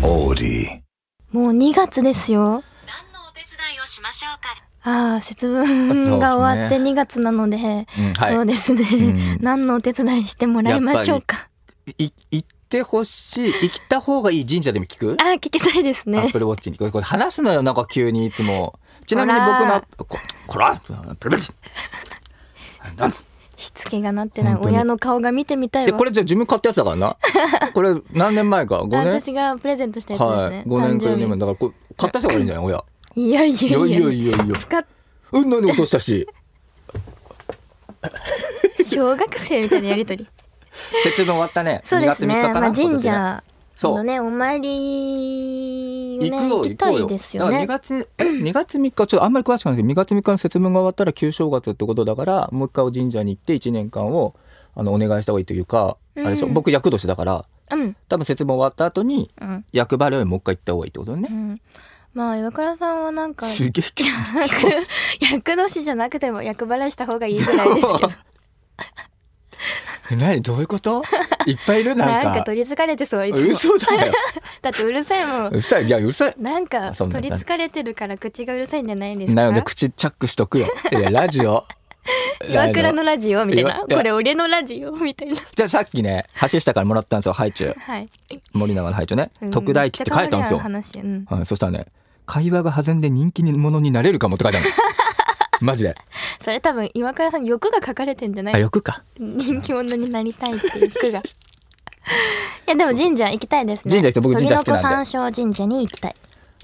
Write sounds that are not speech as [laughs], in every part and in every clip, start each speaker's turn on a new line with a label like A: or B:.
A: City.
B: もう2月ですよ。
C: 何のお手伝いをしましょうか
B: ああ、節分が終わって2月なので、そう,、
D: うんはい
B: ですね、
D: うん
B: 何のお手伝いしてもらいましょうか。
D: い行ってほしい行った方がいい神社でも聞く
B: ああ、聞きたいです
D: ア
B: ね
D: ップ。ルウォッチにこれこれ話すのよなんか急にいつもちなみに僕
B: こ
D: の
B: ら
D: ここらプルプルなん
B: しつけがなってない
D: 本当に
B: 親の顔が見てみたい
D: で
B: わ。
D: これじゃあ自分買ったやつだか
B: [laughs]
D: らなこれ何年前か5
B: あ
D: 年
B: 私がプレゼントしたやつですね。
D: はい、5年くらい
B: 誕
D: 前だからこれ買った人がいるんじゃない親
B: 生日いやいや [laughs] いや
D: いやいやいやいや
B: 使っ
D: うんのに落とし
B: [laughs]
D: たし
B: 小学生みたいなやりとり。
D: 節分終わったね
B: そうですね。
D: 2月3日かな、
B: まあ、
D: 今
B: 神
D: 年ね
B: 社
D: そう
B: のね、お参りをね、
D: 行くよ
B: 行きた
D: 行こう
B: い
D: よ
B: ですよ
D: だ
B: ね
D: か。ら2月に2月3日ちょっとあんまり詳しくないんですけど2月3日の節分が終わったら旧正月ってことだからもう一回お神社に行って1年間をあのお願いした方がいいというか、
B: うん
D: あれでしょ僕厄年だから
B: うん。
D: 多分節分終わった後に
B: うん。
D: 厄払いをもう一回行った方がいいってこと
B: う
D: ね。
B: ん。まあ、岩倉さんはなん
D: [laughs]
B: か、
D: すげえ急に
B: 役年じゃなくても役払いした方がいいぐらいです
D: [laughs]
B: けど
D: え何どうい
B: [laughs]
D: うこといっぱいいるな
B: なんん
D: か
B: か取りつかれてそういつも
D: 嘘
B: [laughs]
D: だよ
B: だってうるさいもん
D: うるさいじゃあうるさい
B: なんか
D: そんな
B: 取りつかれてるから口がうるさいんじゃないですか
D: なので口チャックしとくよいやラジオ
B: [laughs] 岩倉のラジオみたいな
D: 岩
B: これ俺のラジオみたいな
D: じゃあさっきね橋下からもらったんですよハイチュウ
B: はい、
D: 森永のハイチュウね、
B: うん
D: 特大吉って書いたんですよ
B: めっちゃ変わるやん話うん
D: はい、そしたらね「会話が弾んで人気者になれるかも」って書いて
B: [laughs]
D: あるのマジで
B: それ多分岩倉さん欲が書かれてんじゃな
D: あ
B: い
D: 欲か
B: 人気者になりたいっていう欲がいやでも神社行きたいですね
D: 神社行きたい僕神社好きなん
B: 鳥
D: で
B: の子山椒神社に行きたい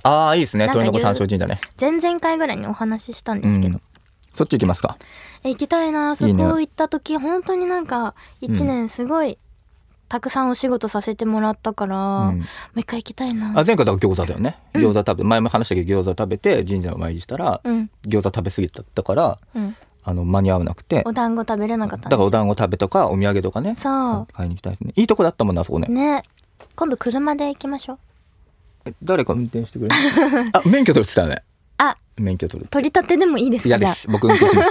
D: ああいいですね
B: なんか言
D: 鳥
B: う
D: の子山椒神社ね
B: 前々回ぐらいにお話ししたんですけど、
D: うんそっち行きますか
B: え行きたいなあそこ
D: いいね
B: 行った時本当になんか一年すごい、たくさんお仕事させてもらったから、も
D: ん
B: う一回行きたい
D: あ
B: な
D: 前回だから餃子だよね餃子食べ前も話したけど餃子食べて神社の参りしたら
B: うん
D: 餃子食べ過ぎちゃったから
B: うん
D: あの間に合わなくて
B: お団子食べれなかったんで
D: だからお
B: す
D: 団子食べとかお土産とかね
B: そ
D: 買いに行きたいですねいいとこだったもんなあそこね
B: うね今度車で行きましょう
D: え誰か運転してくれる [laughs] あ免許取るって言ってたよね
B: あ
D: 免許取る
B: 取り立てでもいいですか
D: 嫌
B: じ
D: で
B: ゃあ
D: す僕運
B: [laughs]
D: 転します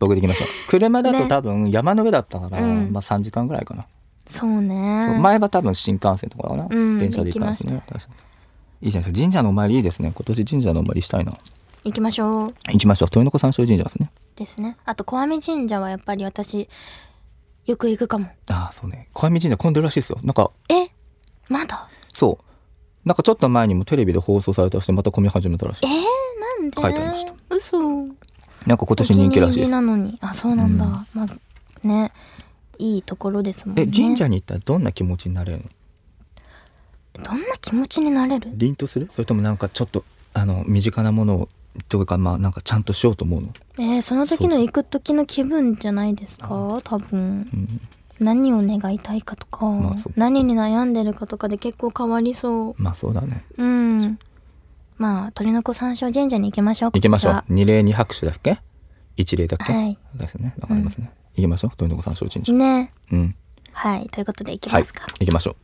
D: 僕できました車だと
B: ね
D: 多分山の上だったから、
B: うん
D: まあ3時間ぐらいかな
B: そう
D: そう
B: ね
D: 前は多分新幹線とかかな、
B: うん
D: 電車で行ったんです
B: 行
D: ね確かにいいじゃないですか神社のお参りいいですね今年神社のお参りしたいな
B: 行きましょう
D: 行きましょう豊の子山椒神社ですね
B: ですねあと小網神社はやっぱり私よく行くかも
D: ああそうね小網神社混んでるらしいですよなんか
B: えまだ
D: そうなんかちょっと前にもテレビで放送されたりしてまた混み始めたらし
B: え
D: い
B: ー、なんで
D: 書いてありました
B: 嘘今
D: なんか今年人気らしいです
B: なのにあそうなんだ、
D: うん
B: まあねいいところですもんね
D: え神社に行ったらどんな気持ちになれるの
B: どんな気持ちになれる
D: 凛とするそれともなんかちょっとあの身近なものをというかまあなんかちゃんとしようと思うの、
B: えーその時の行く時の気分じゃないですか多分
D: うん、
B: 何を願いたいかとか、
D: まあそう
B: 何に悩んでるかとかで結構変わりそ
D: まあそうだね
B: ううんまあ鳥の子山椒神社に行きましょう
D: 行きましょ
B: 今
D: う二礼二拍手だっけ一礼だっけ、
B: はい
D: ですねわかりますね、行きましょう鳥の子さん承知にし
B: 年はね
D: うん
B: はいということで行き
D: はい
B: ますか、
D: 行きましょ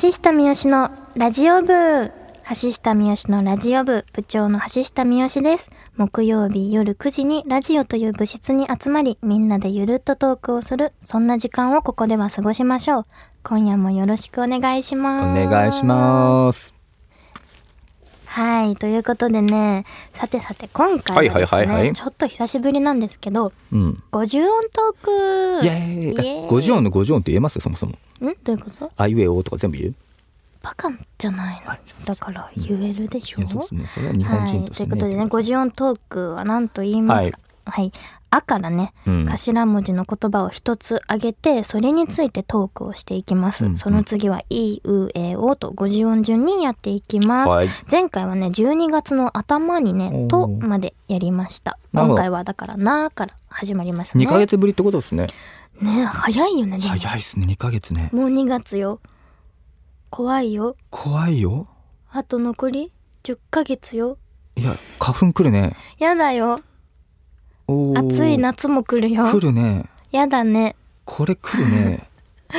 B: 橋下三好のラジオ部橋下三好のラジオ部部長の橋下三好です木曜日夜9時にラジオという部室に集まりみんなでゆるっとトークをするそんな時間をここでは過ごしましょう今夜もよろしくお願いし
D: うお
B: ます
D: 願いします
B: はいということでねさてさて今回はですね、
D: はいはいはいはい
B: ちょっと久しぶりなんですけど
D: うん
B: 50音トーク
D: イエーイ
B: イエーイ
D: 五十音の五十音って言えますそもそも
B: んどういうこと
D: あいうえおとか全部言う
B: バカじゃないのだから言えるでしょ、
D: いやそうですねそれは日本人として、
B: はい、とい
D: ね
B: うことでね50音トークは何と言いますかはい、あからね、
D: うん
B: 頭文字の言葉を一つ挙げてそれについてトークをしていきます、
D: うん
B: その次は「いうえお」と50音順にやっていきます、
D: はい
B: 前回はね12月の頭にね「
D: おー
B: と」までやりました
D: なる
B: 今
D: ほど
B: 回はだから「な」から始まりますね
D: 二ヶ月ぶりってことですね
B: ね早いよねでも
D: 早いですね二ヶ月ね
B: もう2月よ怖いよ
D: 怖いよ
B: あと残り10ヶ月よ
D: いや花粉来るね
B: やだよ
D: おー
B: 暑い夏も来るよ
D: 来るね
B: やだね
D: これ来
B: [laughs]
D: るね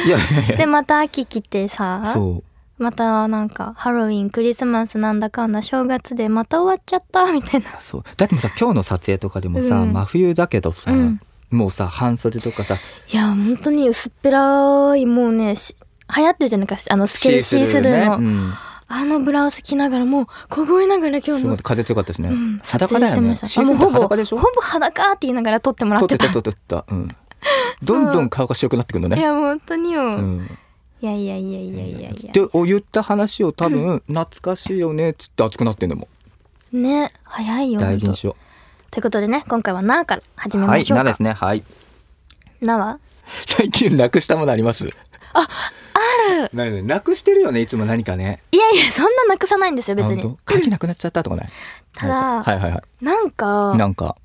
D: いやいやいや
B: でまた秋来てさ
D: そう
B: またなんかハロウィンクリスマスなんだかんだ正月でまた終わっちゃった [laughs] みたいな
D: そうだってもうさ今日の撮影とかでもさ、
B: うん
D: 真冬だけどさ、
B: うん
D: もうさ半袖とかさ
B: いや本当に薄っぺらいもうねし流行ってるじゃないかあのスケルシースルーの、
D: ねうん
B: あのブラウス着ながらもう凍えながら今日
D: すご
B: の
D: い風強かったしね、
B: うん、撮
D: 裸
B: 影
D: だ
B: し
D: よ
B: てま
D: ね
B: した。
D: シー
B: あ
D: ズ
B: もう
D: ンって
B: ほぼ、
D: 裸でしょ
B: ほぼ裸って言いながら撮ってもらっ
D: 撮ってて
B: た。
D: た撮ってた、うん、どんどん顔が白くなってくるの
B: い
D: ね
B: や、本当によ。
D: うん
B: いやいやいやいやいやいや。
D: でお言った話を多分懐かしいよねっつって熱くなってんのも
B: ね、早いよ。
D: 大事
B: ほ
D: に
B: んと
D: しよ
B: ということでね、今回はなーから始
D: う
B: め
D: は
B: ま
D: い
B: しょう
D: な
B: か。
D: ですねはい
B: なは
D: 最近なくしたものあります
B: ある
D: ななくしてるよねいつも何かね
B: いやいや、そんななくさないんですよ、別
D: あ本
B: に。
D: 当鍵なくなっちゃったとかない
B: ただ
D: なんかはいはいはい
B: なんか、
D: なんか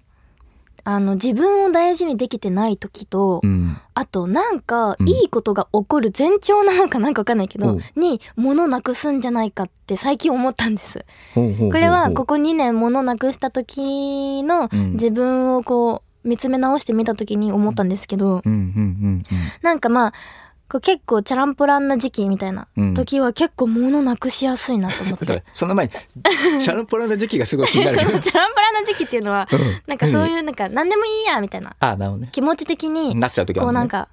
B: あの、自分を大事にできてない時と、
D: うん
B: あと、なんか
D: う、ん
B: いいことが起こる前兆なのかなんかわかんないけ
D: お
B: ど
D: う、
B: に、物なくすんじゃないかって最近思ったんです。
D: ほうほうほうほう
B: これはここ2年物なくした時の
D: うん
B: 自分をこう見つめ直してみた時に思ったんですけど
D: うんうん
B: なんかまあこう結構チャランポランな時期みたいな
D: うんうん
B: 時は結構物なくしやすいなと思っ
D: [laughs] それ
B: て
D: その前にシャランポランの時期がすごい気
B: [laughs] そ
D: に
B: の
D: な
B: チャ
D: る
B: ランポランな時期っていうのは
D: うん
B: なんかそう
D: う
B: いうなんか何でもいいやみたいな
D: あなるほどね
B: 気持ち的に
D: なっちゃう時あ
B: こ
D: る
B: う
D: の
B: なん
D: ね
B: か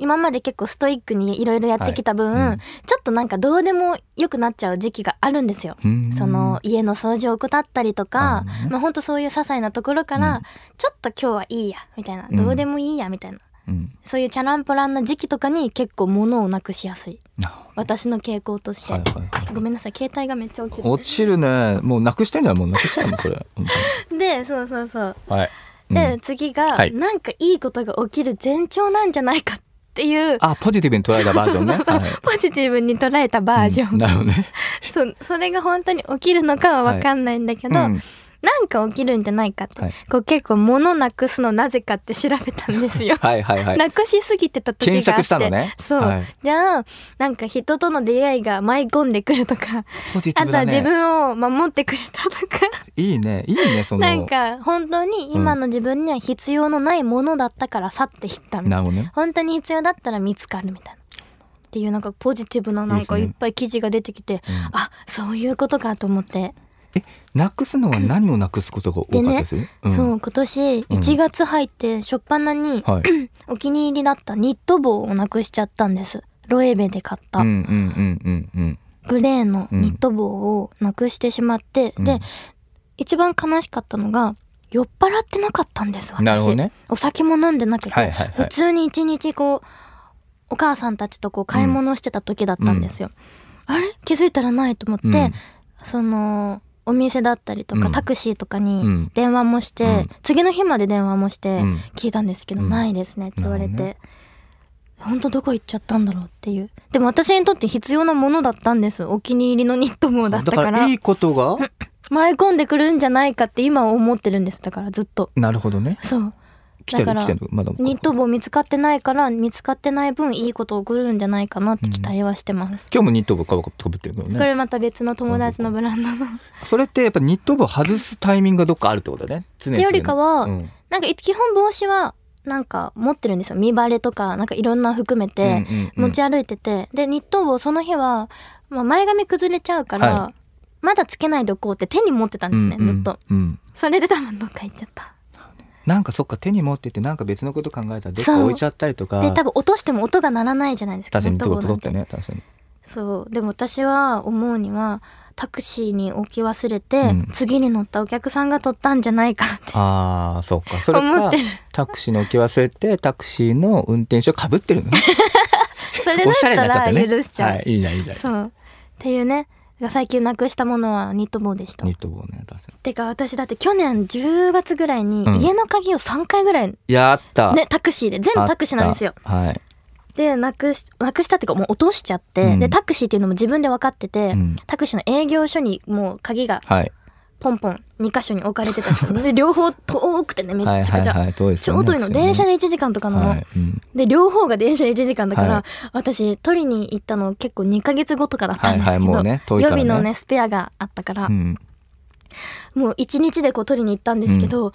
B: 今まで結構ストイックにいろいろやってきた分、
D: はいうん
B: ちょっとなんかどうでもよくなっちゃう時期があるんですよ。
D: うん
B: その家の掃除を怠ったりとか
D: あーね、
B: まあ、ほんとそういう些細なところから、
D: うん
B: ちょっと今日はいいやみたいな、
D: うん
B: どうでもいいやみたいな
D: うん
B: そういうチャランポランな時期とかに結構物をなくしやすい
D: な
B: 私の傾向として、
D: はいはいはい
B: ごめんなさい携帯がめっちゃ落ちる
D: 落ちるねもうなくしてんじゃんもうなくしちゃうのそれ本
B: でそうそうそう
D: 当にはいうん
B: で、次が、
D: はい
B: なんかいいことが起きる前兆なんじゃないかっていう
D: あポジティブに捉えたバージョンね
B: ポジティブに捉えたバージョン、
D: なるほどね
B: [laughs] そうそれが本当に起きるのかは分かんないんだけど、
D: うん
B: なんか起きるんじゃないかって、
D: はい。
B: こう結構物なくすのなぜかって調べたんですよ
D: はい [laughs] はいはい
B: なくしすぎてた時があって
D: 検索したのね
B: そう、
D: はい
B: じゃあなんか人との出会いが舞い込んでくるとか、
D: ポジテ
B: あ
D: ィブ
B: とは
D: だ
B: 自
D: ね
B: 分を守ってくれたとか、
D: いいねいいねその
B: なんか本当に今の自分には必要のないものだったから去っていったみたいな
D: なるほどね
B: 本当に必要だったら見つかるみたいな。っていうなんかポジティブななんか
D: いい
B: いっ
D: ですね
B: ぱい記事が出てきて、
D: うん
B: あそういうことかと思って、
D: なくすのは何をなくすことが多かったですん
B: そう今年1月入って初っ端に、
D: はい
B: お気に入りだったニット帽をなくしちゃったんです。ロエベで買った
D: うんうんうんうんうん
B: グレーのニット帽をなくしてしまって、
D: うん
B: で、一番悲しかったのが、酔っ払ってなかったんです、私。
D: なるほどね
B: お酒も飲んでなくて、
D: はいはいはい
B: 普通に一日こう、お母さんたちとこう買い物してた時だったんですよ。あれ気づいたらないと思って、
D: うん
B: その、お店だったりとか、
D: うん
B: タクシーとか
D: う
B: に
D: ん
B: 電話もして、
D: うん
B: 次の日まで電話もして、
D: うん
B: 聞いたんですけど、
D: うん
B: ないですねって言われ
D: なるほど
B: て、本当どこ行っちゃったんだろうっていうでも私にとって必要なものだったんですお気に入りのニット帽だったから
D: いいことが
B: 舞い込んでくるんじゃないかって今思ってるんですだからずっと
D: なるほどね
B: そう
D: 来て
B: だか
D: る
B: ら
D: 来てるまだ
B: ニット帽見つかってないから見つかってない分いいこと起こるんじゃないかなって期待はしてます、
D: 今日もニット帽かぶってるけど
B: こ
D: ね
B: れまた別の友達のブランドの
D: それってやっぱニット帽外すタイミングがどっかあるってことだね常
B: っ
D: 々
B: てよりかは、
D: うん
B: なんか基本帽子はなんか持ってるんですよ見バレとかなんかいろんな含めて、
D: うんうんうん
B: 持ち歩いてて、でニット帽その日は、まあ、前髪崩れちゃうから、
D: は
B: まだつけないでおこうって手に持ってたんですね、
D: うんうん
B: ずっと
D: うん
B: それで多分どっか行っちゃった
D: なんかそっか手に持っててなんか別のこと考えたらどっ
B: そう
D: か置いちゃったりとか
B: で多分落としても音が鳴らないじゃないですか
D: 確かにニット
B: ニ
D: 帽
B: ッ
D: ポ
B: ト
D: ロ
B: な
D: っ
B: んて
D: てね確かに
B: そうでも私は思うにはタクシーに置き忘れて、
D: うん
B: 次に乗ったお客さんが取ったんじゃないかって
D: ああそっかそれ
B: 思っ
D: か
B: てる
D: タクシーの置き忘れてタクシーの運転手をかぶってるのね
B: そ [laughs] れだ
D: お
B: っ
D: しゃれにな
B: た
D: っちゃっ
B: ら
D: たね
B: 許しちゃう
D: はいいいじゃんいいじゃん
B: そうっていうね最近なくしたものはニット帽でした
D: ニット帽ね確かに
B: てか私だって去年10月ぐらいに
D: うん
B: 家の鍵を3回ぐらい
D: やった
B: ね、タクシーで全部タクシーなんですよ
D: あったはい
B: でなくしなくしたっていうかもう落としちゃって、
D: うん
B: でタクシーっていうのも自分で分かってて、
D: うん
B: タクシーの営業所にもう鍵が
D: はい
B: ポンポン2箇所に置かれてたんですよで両方遠くてねめっ
D: はい
B: ちゃくちゃ、
D: はいはい遠いです
B: ち
D: よ
B: ょ
D: ね
B: うどいいの
D: タクシーね
B: 電車で1時間とかなの、
D: はいうん
B: で両方が電車で1時間だから、
D: はい
B: 私取りに行ったの結構2ヶ月後とかだったんですけど、
D: はいはいもうね遠い
B: 予
D: からね
B: 備のねスペアがあったから、
D: うん
B: もう1日でこう取りに行ったんですけど、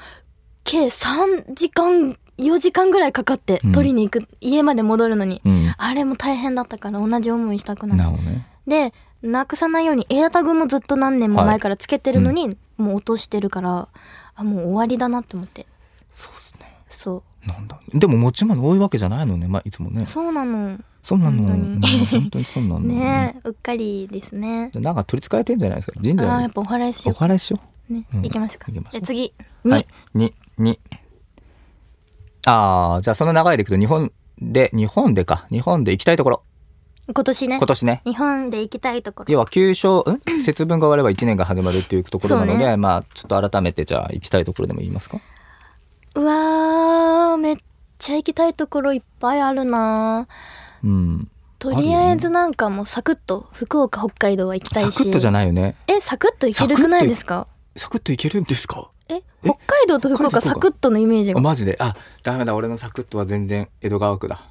B: 計3時間4時間ぐらいかかって
D: うん
B: 取りに行く、家まで戻るのに
D: うん
B: あれも大変だったから同じ思いしたく
D: な
B: な
D: る
B: い。
D: ほどね
B: で、なくさないようにエアタグもずっと何年も前からつけてるのに、もう落としてるから、あ、もう終わりだなって思って。
D: そうですね
B: そ
D: なんだでも持ち物多いわけじゃないのねまあいつもね
B: う。そうなの。
D: そうなの
B: 本当に
D: うん本当にそうなの
B: [laughs] ねえうっかりですね
D: なんか取り憑かれてんじゃないですか神
B: あーやっ
D: 社に
B: ぱお祓いし
D: お
B: よ
D: 祓いしよ
B: うね、
D: うん
B: 行きますか
D: 行きま
B: じゃ
D: しょう
B: あ次
D: うはい2 2ああじゃあその流れでいくと日本で日本でか日本で行きたいところ
B: 今年ね
D: 今年ね
B: 日本で行きたいところ
D: 要は休勝ん節分が終われば1年が始まるっていうところなの
B: そ
D: で、
B: うね
D: まあちょっと改めてじゃあ行きたいところでも言いますか
B: うわーめっちゃ行きたいところいっぱいあるな
D: うん
B: とりあえずなんかもうサクッと福岡北海道は行きたい
D: サ
B: し
D: クッとじゃないよね
B: えサクッと行けるくないですか
D: サクッといけるんですか
B: え北海道と福岡
D: 北海道と福岡
B: サクッとのイメージが
D: あマジであダメだ俺のサクッとは全然江戸川区だ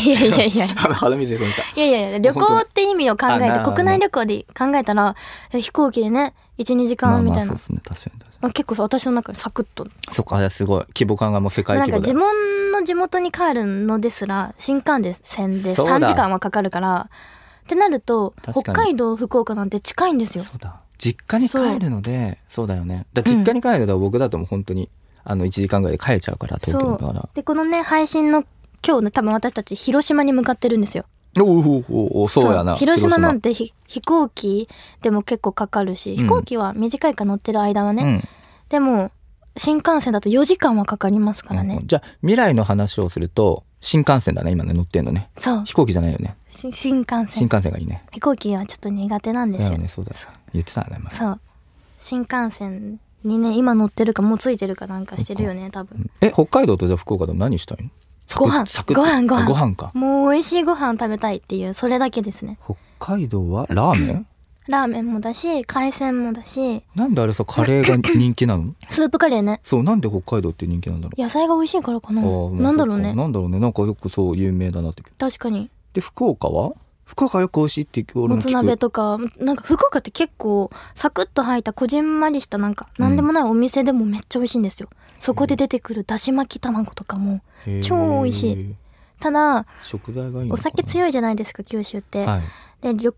B: いやいやいやい
D: [laughs]
B: や
D: 肌水でそうした
B: いやいやいや旅行って意味を考え
D: あ
B: て
D: なるほど
B: 国内旅行で考えたらえ飛行機でね12時間みたいな、
D: ま
B: ま
D: あまあそうですね確かに確か
B: あ、結構さ私の中でサクッと
D: にそっかあれすごい規模感がもう世界
B: なん
D: 規
B: か
D: 模だ
B: 自分の地元に帰るのですら新幹線で
D: そうだ
B: 3時間はかかるからってなると
D: 確
B: 北
D: かに
B: 海道福岡なんて近いんですよ
D: そうだ実家に帰るのでそうだよねだから実家に帰ると僕だともう本当に、あの1時間ぐらいで帰れちゃうから東京だから
B: でこのね配信の今日ね多分私たち広島に向かってるんですよ
D: おおおおそうやな
B: 広島なん
D: て
B: てひ飛行機でも結構かかるし、飛行機は短いから乗ってる間はね、でも新幹線だと4時間はかかりますからね、
D: じゃあ未来の話をすると新幹線だね今ね乗ってんのね
B: そう
D: 飛行機じゃないよね
B: し新幹
D: 新
B: 線
D: 幹線がいいね
B: 飛行機はちょっと苦手なんです
D: だ
B: よ
D: よ
B: ね
D: ねそうだよ言ってたねまあ
B: そう新幹線にね今乗ってるかもうついてるかなんかしてるよね多分
D: え北海道とじゃあ福岡でも何したいのサク
B: ご飯
D: サクッ
B: ご飯ご飯
D: あご飯か
B: もう美味しいご飯食べたいっていうそれだけですね
D: 北海道はラーメ
B: [laughs]
D: ン
B: ラーメンもだし海鮮もだし
D: なんであれさカレーが人気なの
B: スープカレーね
D: そうなんで北海道って人気なんだろう
B: 野菜が美味しいからかな
D: あーまあ
B: なんだろう
D: そっ
B: ね
D: かなんだろうねなんかよくそう有名だなって
B: 確かに
D: で福岡は福岡よく美味しいって俺
B: も
D: も
B: つ
D: 聞く
B: 鍋とかなんか福岡って結構サクッと入ったこじんまりしたなんか
D: うん
B: なんでもないお店でもめっちゃ美味しいんですよそこで出てくるだし巻き卵とかも超美味しい
D: へー
B: ただ
D: 食材がいいの
B: お酒
D: い
B: 強いじゃないですか九州って
D: はい
B: で緑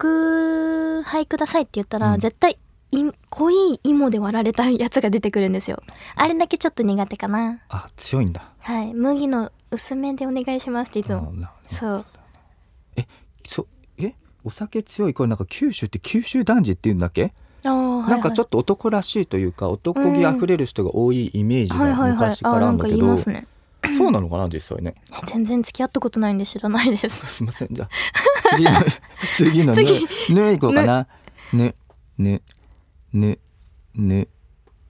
B: 杯くださいって言ったら、
D: うん
B: 絶対い濃い芋で割られたやつが出てくるんですよあれだけちょっと苦手かな
D: あ強いんだ
B: はい麦の薄めでお願いしますっていつ
D: あ
B: も
D: ーなるほどね
B: そう
D: そえお酒強いこれなんか九州って九州男児っていうんだっけ、
B: あー
D: なんかちょ
B: っ
D: っと男らしいというか男気あふれる人が多いイメージ
B: はいはいは
D: が
B: い
D: 昔
B: あ
D: か
B: ー
D: ら
B: な
D: ある
B: ん
D: んだ
B: か
D: け
B: 言い
D: ど、
B: ますね
D: そうなのかな実際ね
B: 全然付き合ったことないんで知らないです
D: すいませんじゃあ次の次のねねいこうかなねねねね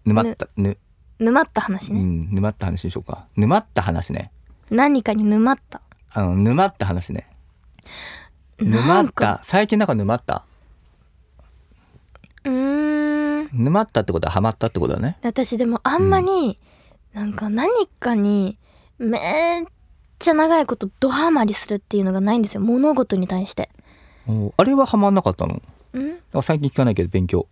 D: 沼ったね
B: 沼った話
D: う
B: ね、
D: ん沼った話にしようか沼った話ね
B: 何かに沼った
D: あの沼った話ね
B: な
D: 沼
B: ん
D: っ
B: か
D: た最近なんか沼った
B: うーん
D: 沼ったってことはハマったってことだね
B: 私でもあんまり、なんか何かにめっちゃ長いことドハマりするっていうのがないんですよ物事に対して
D: おあれはハマんなかったのなん
B: うん
D: か最近聞かないけど勉強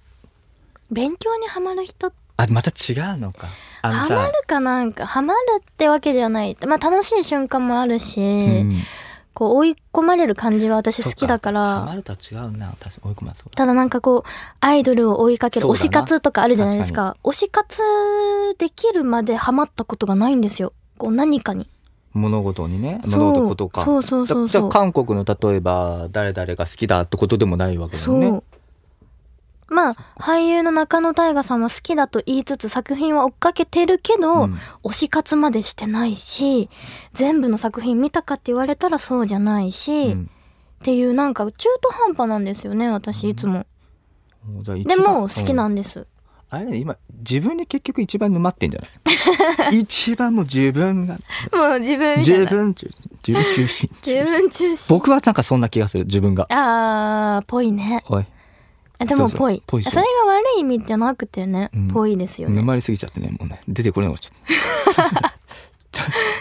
B: 勉強にはまる人
D: あまた違うのかあ
B: ハマるかなんかハマるってわけではないまあ楽しい瞬間もあるし、
D: うん
B: こう追い込まれる感じは私好きだか
D: ハマ
B: ら
D: るとは違うな確かに追い込まれそうだ
B: ただなんかこうアイドルを追いかける
D: そう
B: 推
D: だな
B: し活とかあるじゃないですか推し活できるまでハマったことがないんですよこう何かに
D: 物事にね
B: そう
D: 物事とか
B: そうそうそう
D: じゃ
B: そ
D: あ
B: う
D: 韓国の例えば誰々が好きだってことでもないわけだよ
B: そう、
D: ね
B: まあ俳優の中野大河さんは好きだと言いつつ作品は追っかけてるけど、
D: うん
B: 推し活までしてないし全部の作品見たかって言われたらそうじゃないし、
D: う
B: っ
D: ん
B: ていうなんか中途半端なんですよね私いつも、
D: じゃあ一
B: で
D: 番
B: も好きな
D: うん
B: んです、
D: あれね今自分で結局一番沼ってんじゃな
B: [laughs]
D: い一番もう自分が
B: もう自分みたい
D: 自
B: な
D: 分中自分中心
B: [laughs] 自分中心
D: 僕はなんかそんな気がする自分が
B: あーぽいね
D: おい
B: あでもぽい
D: ぽいっし
B: そ
D: ょ
B: れが悪い意味じゃなくてね
D: うん
B: ぽいですよね、
D: 沼りすぎちゃってねもうね出てこれなくなっちゃっ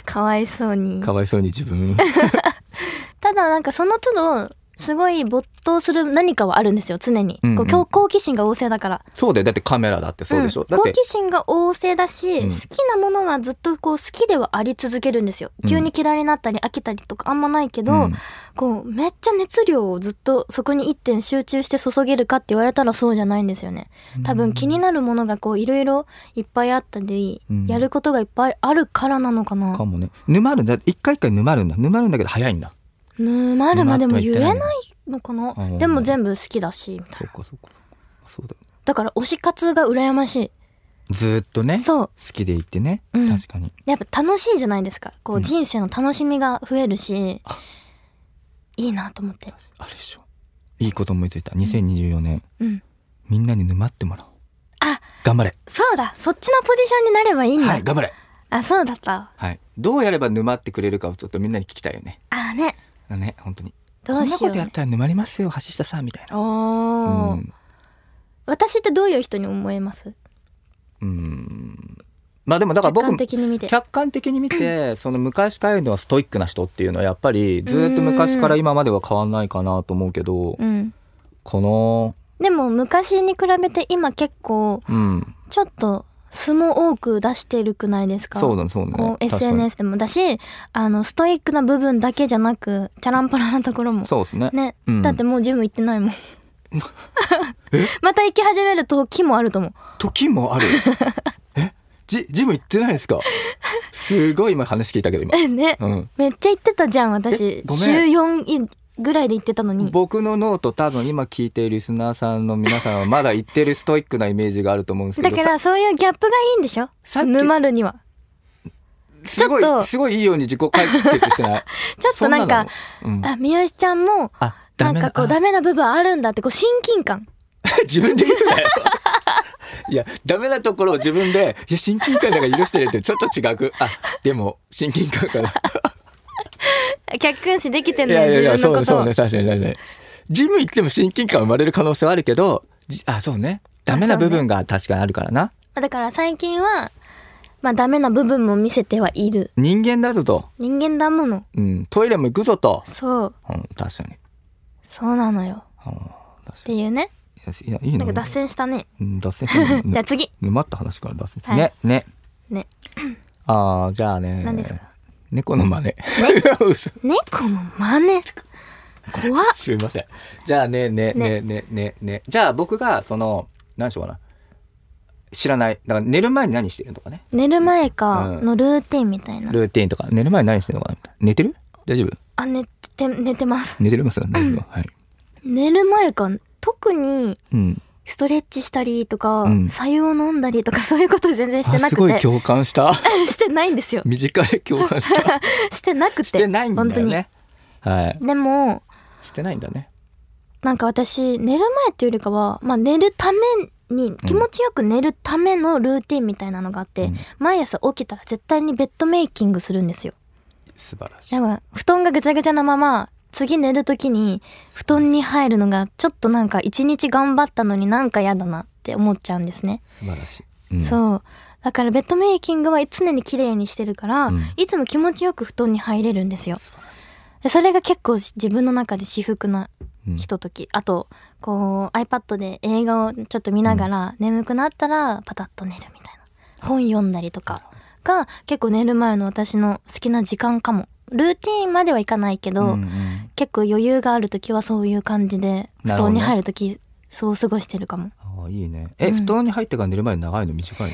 B: かわいそうに
D: たかわいそうに自分
B: [laughs] ただなんかその都度すごい没頭する何かはあるんですよ常に、
D: うんうん
B: こう好好奇心が旺盛だから
D: そうだよだってカメラだってそうでしょ、
B: ん
D: だっ
B: 好
D: て
B: 奇心が旺盛だし、
D: うん
B: 好きなものはずっとこう好きではあり続けるんですよ急に嫌いになったり飽きたりとかあんまないけど、
D: うん
B: こうめっちゃ熱量をずっとそこに一点集中して注げるかって言われたらそうじゃないんですよね多分気になるものがこういろいろいっぱいあったり、
D: うん
B: やることがいっぱいあるからなのかな
D: かもね沼るんだ一回一回沼るんだ沼るんだけど早いんだ
B: 沼るまでも言え
D: 沼
B: な
D: っ
B: いのかな
D: て言ってないの
B: でも全部好きだしみたい
D: そ
B: な
D: っかそっかそうだよね
B: だから推し活が羨まし
D: ずーっとね
B: いそう
D: 好きでいてね、
B: うん
D: 確かに
B: やっぱ楽しいじゃないですかこ
D: う
B: うん人生の楽しみが増えるし、
D: あ
B: いいなと思って
D: あれでしょいいこと思いついた2024年、
B: うん
D: みんなに沼ってもらおう
B: あ
D: 頑張れ
B: そうだそっちのポジションになればいいんだ、
D: はい頑張れ
B: あそうだった
D: はいどうやれば沼ってくれるかをちょっとみんなに聞きたいよね
B: あね
D: だね本当に
B: どうし
D: こんなこ
B: よう
D: とやったら沼りますよ橋下さんみたいな
B: おー、
D: うん
B: 私ってどういう人に思えます
D: うんまあでもだから
B: 客
D: 僕
B: 観
D: も
B: 的に見て
D: 客観的に見
B: [clears throat]
D: てその昔からのはストイックな人っていうのはやっぱりずっと昔から今までは変わんないかなと思うけど
B: うん
D: こ
B: でも昔に比べて今結構
D: のうん
B: ちょっと素も多く出してるくないですか
D: そうだねそう
B: こ
D: ね
B: う
D: 確かに
B: SNS でもだしあのストイックな部分だけじゃなくチャランポラなところも
D: そうですね
B: ね、
D: うん
B: だってもうジム行ってないもん [laughs] また行き始める時もあると思う
D: 時も
B: [laughs]
D: あるえジジム行ってないですかすごい今話聞いたけど今
B: え [laughs] ね
D: うん
B: めっちゃ行ってたじゃん私
D: えごめん
B: 週4ぐらいで行ってたのに
D: 僕のノート多分今聞いているリスナーさんの皆さんはまだ言ってるストイックなイメージがあると思うんです
B: だ
D: けど
B: か
D: さ
B: らそういうギャップがいいんでしょ
D: さっき
B: 沼るには
D: すご
B: ちょっ
D: い
B: と
D: すごいいいように自己解決してない
B: [laughs] ちょっとなんか
D: そんなのうん
B: あ三好ちゃんも
D: あ
B: な
D: ダ
B: ん
D: メ
B: かこうダメな部分あるんだってこう親近感
D: [laughs] 自分で言うなよ。いや、ダメなところを自分で、いや、親近感だから許してるってちょっと違く。あ、でも、親近感かな。
B: 客観視できて
D: い
B: るの
D: やいや
B: よ
D: いや、
B: 自分
D: そ
B: の
D: う
B: こと
D: そう
B: を
D: ね、確かに確かに。ジム行っても親近感生まれる可能性はあるけど、じあ、そうね。ダメな部分が確かにあるからな。
B: だから最近はまあダメな部分も見せてはいる
D: 人間だぞと。
B: 人間だもの
D: うん、トイレも行くぞと。
B: そう
D: うん、確かに。
B: そうなのよ
D: うん、
B: っ
D: 確か
B: ていうね
D: に。いや、い
B: な
D: い
B: ん
D: の
B: か脱線したね
D: うん脱線。
B: [laughs] じゃあ次
D: 沼った話から脱
B: は
D: 線。
B: い
D: ね、ね。
B: ね。
D: ああ、じゃあね。
B: 何ですか
D: 猫の真似。 [laughs] 嘘
B: 猫の真似怖っ
D: すいません。じゃあねねねねねね。じゃあ僕がその何でしょうかな。知らない。だから寝る前に何してるとかね。
B: 寝る前か
D: うん
B: のルーティンみたいな、
D: ルーティンとか寝る前に何してるのかなみたいな。寝てる？大丈夫？
B: あ寝て寝てます
D: 寝てますよ。大丈夫。はい。
B: 寝る前か特に
D: うん。
B: ストレッチしたりとか、
D: うん
B: 白湯を飲んだりとかそういうこと全然して
D: あ
B: なく
D: すごい
B: て
D: 共
B: [laughs]
D: 感した。
B: してないんですよ
D: 身近で共感
B: [laughs]
D: した。
B: してなくて
D: してないんだ
B: 本当
D: よ
B: に
D: ね。はい。
B: でも
D: してないんだね。
B: なんか私寝る前っていうよりかは、まあ、寝るために気持ちよく寝るためのルーティンみたいなのがあって、
D: うん
B: 毎朝起きたら絶対にベッドメイキングするんですよ
D: 素晴らしい
B: だ。から布団がぐちゃぐちゃなまま次寝る時に布団に入るのがちょっとなんか一日頑張ったのになんか嫌だなって思っちゃうんですね、
D: 素晴らしい。うん
B: そうだからベッドメイキングは常に綺麗にしてるから、
D: うん
B: いつも気持ちよく布団に入れるんですよ
D: 素晴らしい
B: でそれが結構し自分の中で至福な
D: うん
B: ひとときあとこう iPad で映画をちょっと見ながら、眠くなったらパタッと寝るみたいな本読んだりとかが結構寝る前の私の好きな時間かもルーティンまではいかないけど、
D: うんうん
B: 結構余裕がある時はそういう感じで布
D: なるほど
B: 団
D: ね
B: に入る時そう過ごしてるかも
D: ああいいね。え、
B: うん
D: 布団に入ってから寝る前に長いの短いの？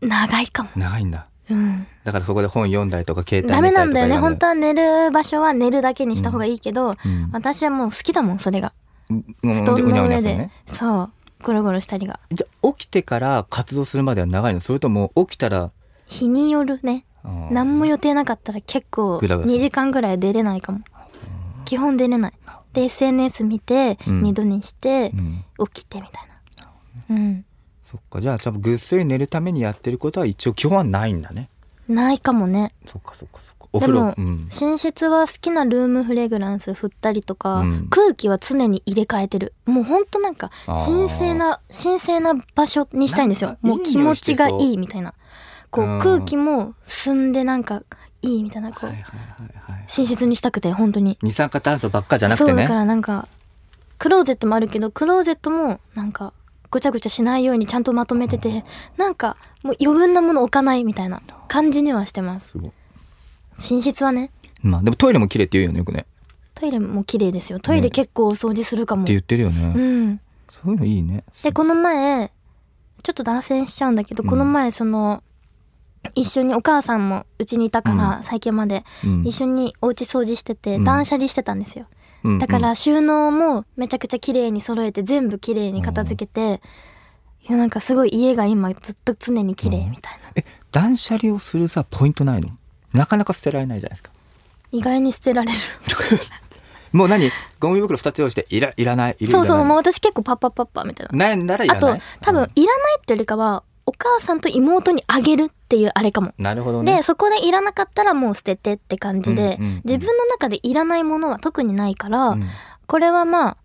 B: 長いかも、
D: 長いんだ。
B: うん、
D: だからそこで本読んだりとか携帯見た
B: ダ
D: りと
B: メ
D: か
B: なんだよね
D: やん
B: 本当は寝る場所は寝るだけにした方がいいけど、
D: うん
B: 私はもう好きだもんそれが
D: うん
B: 布団
D: うにゃ
B: の
D: うに
B: 上
D: ゃする
B: で
D: ね
B: そうゴロゴロしたりが
D: じゃあ起きてから活動するまでは長いのそれとも起きたら
B: 日によるね
D: うん
B: 何も予定なかったら結構
D: グダグダする
B: 2時間ぐらい出れないかも基本出れないで SNS 見て
D: うん
B: 二度寝して
D: うん
B: 起きてみたいなうん
D: そっかじゃあ多分ぐっすり寝るためにやってることは一応基本はないんだね
B: ないかもね
D: そっかそっかそっかお風呂
B: でも
D: うん
B: 寝室は好きなルームフレグランス振ったりとか、
D: うん
B: 空気は常に入れ替えてるもうほんとなんか
D: あー
B: 神聖な神聖な場所にしたいんです
D: な
B: よ
D: んか
B: もう気持ちが
D: いい匂いしてそう
B: いいみたいなこう
D: うん
B: 空気も澄んでなんかいいみたいなこう
D: はいはいはいはい
B: 寝室にしたくて本当に
D: 二酸化炭素ばっかじゃなく
B: そ
D: て
B: うだか
D: ね
B: らなんかクローゼットもあるけどクローゼットもなんかごちゃごちゃしないようにちゃんとまとめててなんかもう余分なもの置かないみたいな感じにはしてます
D: すごい
B: 寝室はね
D: まあでもトイレも綺麗って言うよねよくね
B: トイレも綺麗ですよトイレ
D: ね
B: 結構お掃除するかも、
D: って言ってるよ
B: う
D: ね
B: ん
D: そういうのいいね
B: でこの前ちょっと脱線しちゃうんだけど、
D: うん
B: この前その一緒にお母さんもうちにいたから、最近まで
D: うん
B: 一緒にお家掃除してて、
D: うん
B: 断捨離してたんですよ
D: うん
B: だから収納もめちゃくちゃ綺麗に揃えて全部綺麗に片付けて、いやなんかすごい家が今ずっと常に綺麗みたいな、
D: 断捨離をするさポイントないのなかなか捨てられないじゃないですか
B: 意外に捨てられる
D: もう何ゴミ袋2つ用意していらいらないいるい
B: そ
D: ら
B: う
D: ない
B: そうもう私結構パッパッパッパみたいな
D: ないならい
B: あ
D: らな
B: と
D: い
B: 多分いらないってよりかはお母さんと妹にあげるっていうあれかも
D: うんなるほどね
B: でそこでいらなかったらもう捨ててって感じで、
D: うんうんうん
B: 自分の中でいらないものは特にないから、
D: うん
B: これはまあ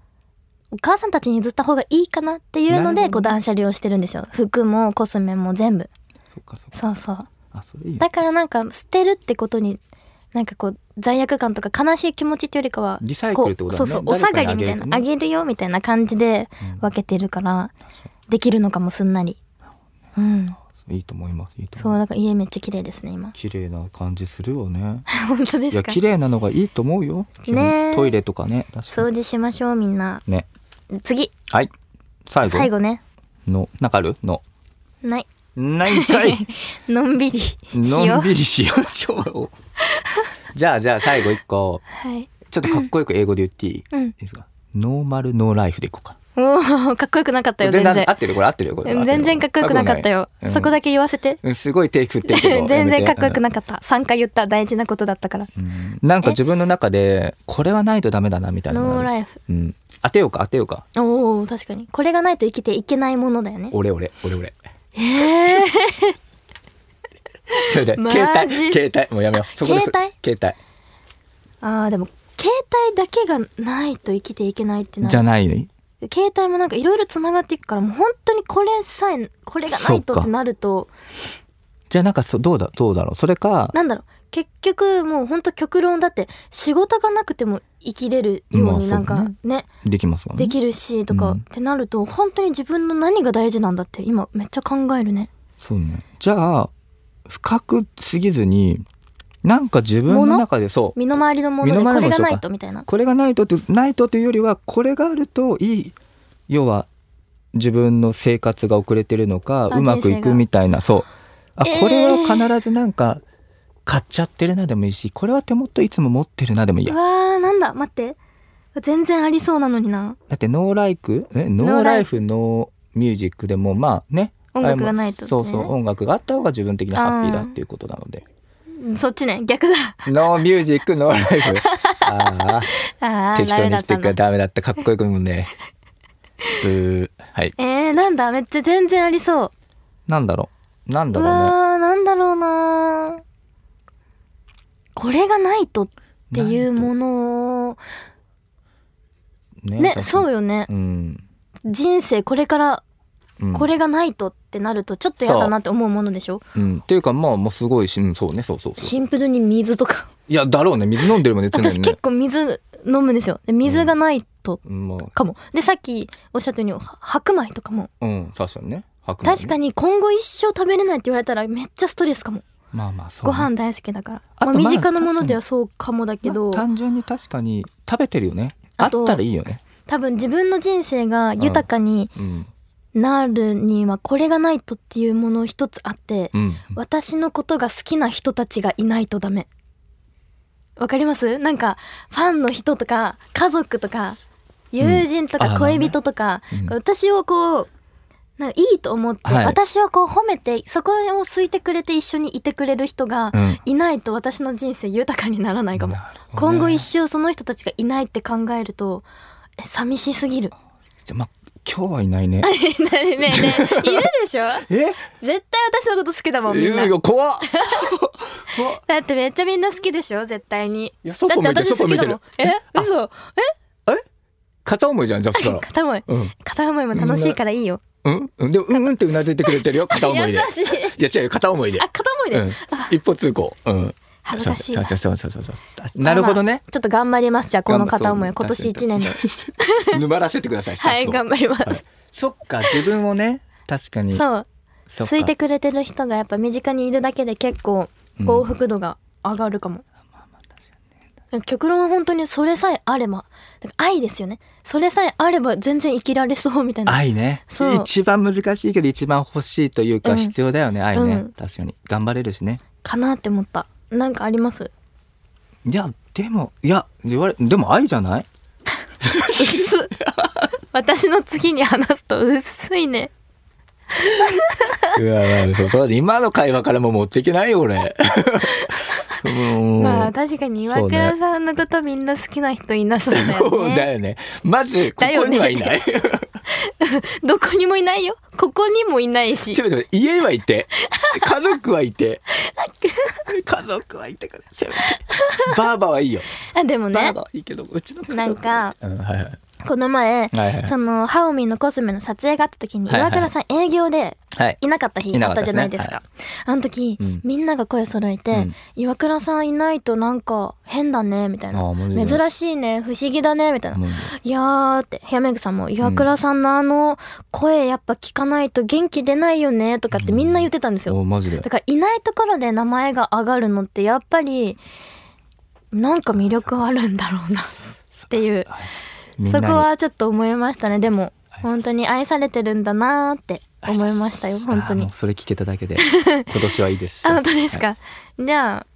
B: お母さんたちに譲った方がいいかなっていうの
D: なるほ
B: で
D: ど
B: こう断捨離をしてるんでしょ服もコスメも全部
D: そっかそっか
B: そうそう
D: あそれいいね
B: だからなんか捨てるってことになんかこう罪悪感とか悲しい気持ちっていうよりかは
D: リサイ
B: こ
D: ク
B: う
D: ルってことだね
B: そうそうお下がりみたいなあ
D: 誰かに
B: げるよみたいな感じで
D: あげるね
B: 分けてるからできるのかもすんなりうん
D: うんいいと思いますいいと
B: そう
D: 思います
B: だから家めっちゃ綺麗ですね今
D: 綺麗な感じするよね
B: [laughs] 本当で
D: い
B: す
D: や
B: か
D: 綺麗なのがいいと思うよ基本
B: ねえ
D: トイレとかね確か
B: 掃
D: に
B: 除しましょうみんな
D: ね
B: 次
D: はい最
B: 最
D: 後
B: 後ね
D: のなんかあるの
B: ない
D: ない
B: [laughs]
D: んかい
B: のんびりしよ
D: のん
B: う
D: びりしよう [laughs] ちょじゃあじゃあ最後一個
B: はい
D: ちょっとかっこよく英語で言っていい、
B: うん
D: いいですかノーマルノーライフでいこうか
B: おーかっこよくなかったよ全
D: 全然
B: 然
D: 合ってるこれ合ってるよこれ合
B: 全然かっこよくなかったよ
D: うん
B: そこだけ言わせて
D: うんすごいテイク振ってるけ
B: [laughs]
D: ど
B: 全然かっこよく
D: な
B: なかった3回言った大事なことだったから
D: なんか自分の中でこれはないとダメだなみたいなの
B: ノー
D: がある
B: ライフ
D: うん当てようか当てようか
B: おお確かにこれがないと生きていけないものだよね
D: 俺俺俺俺
B: えー
D: [laughs] それで
B: マジ
D: 携帯携帯もうやめようそこで
B: 携帯
D: 携
B: あーでも携帯だけがないと生きていけないって
D: 帯
B: な
D: じゃないね
B: 携帯もなんかいろいろつながっていくからもう本当にこれさえこれがないと
D: そっか
B: ってなると
D: じゃあなんかそうどうだどうだろうそれか
B: なんだろう結局もう本当極論だって仕事がなくても生きれるように
D: ま
B: な
D: あ
B: ん
D: そうね
B: かね
D: できますもんね
B: できるしとか
D: う
B: っ
D: ん
B: てなると本当に自分の何が大事なんだって今めっちゃ考えるね
D: そうねじゃあ深くすぎずになんか自分の中でそう
B: 身の回りのもので
D: 身の
B: こ
D: 回り
B: れが
D: のものでしょうか
B: ないとみたいな
D: これがないとってないとというよりはこれがあるといい要は自分の生活が遅れてるのか
B: あ
D: うまくい
B: 人生
D: く
B: が
D: みたいなそうあ
B: えー
D: これは必ずなんか買っちゃってるなでもいいしこれは手元いつも持ってるなでもいいうや
B: わーなんだ待って全然ありそうなのにな
D: だってノーライクえ
B: ー
D: ノー
B: ラ
D: ラ
B: イ
D: イフノーミュージックでもまあね
B: 音楽がないと
D: あれもそうそう
B: ね
D: 音楽があった方が自分的にハッピーだっていうことな
B: [laughs]
D: ので
B: そっちね逆だ
D: ノーミュージックノーライフあ
B: あー
D: あ適
B: ダ
D: 当
B: メだ
D: に言
B: っ
D: って
B: た
D: るから
B: な
D: ダメだったかっこよくもねブーはい
B: えー、なんだめっちゃ全然ありそう
D: なんだろうなんだろうね。
B: わーなんだろうなこれがないとっていうものを
D: ね
B: ねそう
D: よ。
B: よね
D: うん。
B: 人生これから
D: うん
B: こ、れがないとってなるとちょっと嫌だなって思うものでしょ
D: うん、っていうかまあもうすごいし、うん、そうねそうそうそう
B: シンプルに水とか
D: いやだろうね水飲んでるもんね常にね
B: 私結構水飲むんですよで水がないと
D: うんま
B: かもでさっきおっしゃったようには白米とかも
D: あうん確かにね白米ね
B: 確かに今後一生食べれないって言われたらめっちゃストレスかも
D: まあまあそう
B: ご
D: ね、
B: 飯大好きだから
D: あ
B: ま
D: と
B: あ
D: まあ
B: 身近なものではそうかもだけど
D: まあ単純に確かに食べてるよねあ
B: あ
D: っ
B: と
D: たらいいよね
B: 多分自分の人生が豊かに
D: うん
B: なるにはこれがないとっていうもの一つあって、
D: うん
B: 私のことが好きな人たちがいないとダメわかりますなんかファンの人とか家族とか友人と
D: うん
B: か
D: あー
B: 恋人とか、
D: うん
B: 私をこうなんかいいと思って、
D: はい
B: 私をこう褒めてそこを好いてくれて一緒にいてくれる人が
D: うん
B: いないと私の人生豊かにならないかも、
D: なるほどね
B: 今後一生その人たちがいないって考えるとえ寂しすぎる [laughs]
D: じゃまあ今日はいないね
B: ねえねえね
D: [laughs]
B: えいるでしょ
D: え
B: 絶対私のこと好きだもんみんな。
D: よ
B: [laughs]
D: 怖っ怖っ
B: だってめっちゃみんな好きでしょ絶対に。
D: いや
B: だ
D: 外
B: っ
D: 向
B: て
D: いてる
B: 私
D: 外
B: 好
D: 向
B: き
D: い
B: だ
D: て
B: も
D: る
B: ん。え嘘
D: 片思いじゃんじゃあそしたら
B: 片思い。
D: うん
B: 片思いも楽しいからいいよ。
D: うんうんでもうんうんってうなずいてくれてるよ片思いで
B: 優しい。
D: いや違うよ片思いで
B: あ、片思いで。
D: うん、一歩通行、うん、
B: 恥ずかしい
D: そ
B: な
D: うそうそうそうそうそうなるほどね、
B: ちょっと頑張ります。じゃあこの片思い。
D: 頑張
B: 今年
D: [laughs]
B: 一年で。
D: で沼らせてください
B: [laughs] はい、頑
D: 張
B: 張ります。
D: そっか自分をね確かに
B: そう。
D: そっか
B: 好いてくれてる人がやっぱ身近にいるだけで結構幸福度が上がるかも。
D: まあまあ確かにね
B: 極論は本当にそれさえあれば、だから愛ですよね。それさえあれば全然生きられそうみたいな。
D: 愛ね
B: そう
D: 一番難しいけど一番欲しいという
B: う
D: か
B: ん
D: 必要だよね、愛ね、
B: うん
D: 確かに頑張れるしね
B: かなって思った。なんかあります
D: いやでもいや言われでも愛じゃない
B: 薄っ私の次に話すと薄いね。
D: [laughs] いやそこ今の会話からも持っていけないよ俺うん
B: [laughs] まあ確かに岩倉さんのことみんな好きな人いなそうだ
D: そ
B: よ
D: う
B: ね。
D: だよねまずここにはいない、
B: どこにもいないよ。ここにもいないし
D: せ。めて家は
B: [laughs]
D: いて家族はいて家族はいてからせめてバーバはいいよ、
B: あでも
D: バー
B: ね
D: バ、はいいけどうちの家族
B: なんか
D: うんはいはい
B: この前、
D: はいはい
B: そのハオミンのコスメの撮影があった時に
D: はいはい
B: 岩倉さん営業で
D: はい
B: いなかった日
D: いな
B: あ
D: か
B: っ
D: っ
B: たじ
D: たです
B: ゃ
D: ね
B: ないですか。あの時、
D: うん
B: みんなが声揃えて、
D: うん
B: 岩倉さんいないとなんか変だねみたいな
D: あーマジで
B: 珍しいね不思議だねみたいな、
D: うん
B: いやーってヘアメイクさんも岩倉さんのあの声やっぱ聞かないと元気出ないよねとかってみんな言ってたんですよ、
D: おマジで
B: だからいないところで名前が上がるのってやっぱりなんか魅力あるんだろうなっていう
D: みんな
B: そ
D: に
B: こはちょっと思いましたねでも
D: はい
B: 本当に愛されてるんだなーって思いましたよ本当
D: あー
B: に
D: もうそれ聞けただ
B: [laughs]
D: けで今年はいいです
B: あ本当です
D: は
B: か、じゃあ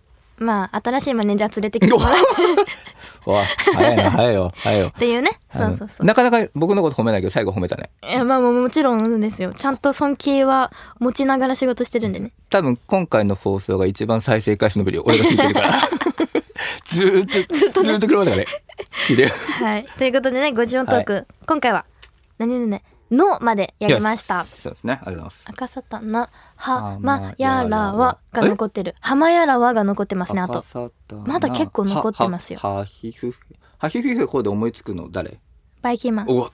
B: まあ新しいマネージャー連れてきてもらっ
D: [laughs]
B: て
D: いわ早いな早いよ早いよ
B: っていうねそうそうそう
D: なかなか僕のこと褒めないけど最後褒めたね
B: いやまあもうもちろんですよちゃんと尊敬は持ちながら仕事してるんでね
D: 多分今回の放送が一番再生回数のぶり俺が聞いてるから
B: [laughs]
D: ずーっとず
B: ずっとね
D: ーっと車の中で聞いてる
B: はいということでね「ご自音トーク」今回は「何々ねの」までやりました
D: よし [laughs] そうですねありがとうございます
B: 赤サタナ「は
D: は
B: ま
D: ま
B: や
D: や
B: ら
D: ら
B: わ
D: わ」
B: が残ってる「はまやらわ」が残ってますねあと
D: 赤サタナ
B: まだ結構残ってますよ
D: はははひふふはひふふほうで思いつくの誰
B: バイキンマン
D: おわ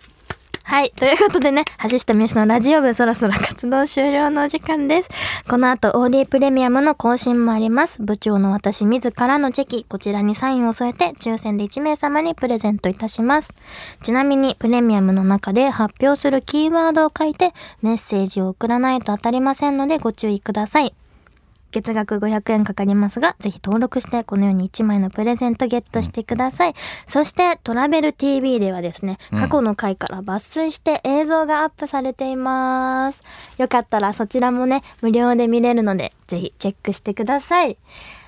B: はい。ということでね、橋下美由のラジオ部そろそろ活動終了のお時間です。この後、OD プレミアムの更新もあります。部長の私自らのチェキ、こちらにサインを添えて、抽選で1名様にプレゼントいたします。ちなみに、プレミアムの中で発表するキーワードを書いて、メッセージを送らないと当たりませんので、ご注意ください。月額500円かかりますが、ぜひ登録して、このように1枚のプレゼントゲットしてください。そして、トラベル TV ではですね、
D: うん
B: 過去の回から抜粋して映像がアップされています。よかったらそちらもね、無料で見れるので、ぜひチェックしてください。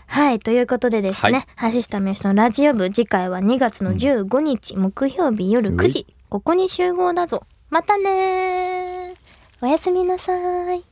B: はい、ということでですね、橋下美由のラジオ部、次回は2月の15日、木曜日夜9時、ここに集合だぞ。またねー。おやすみなさい。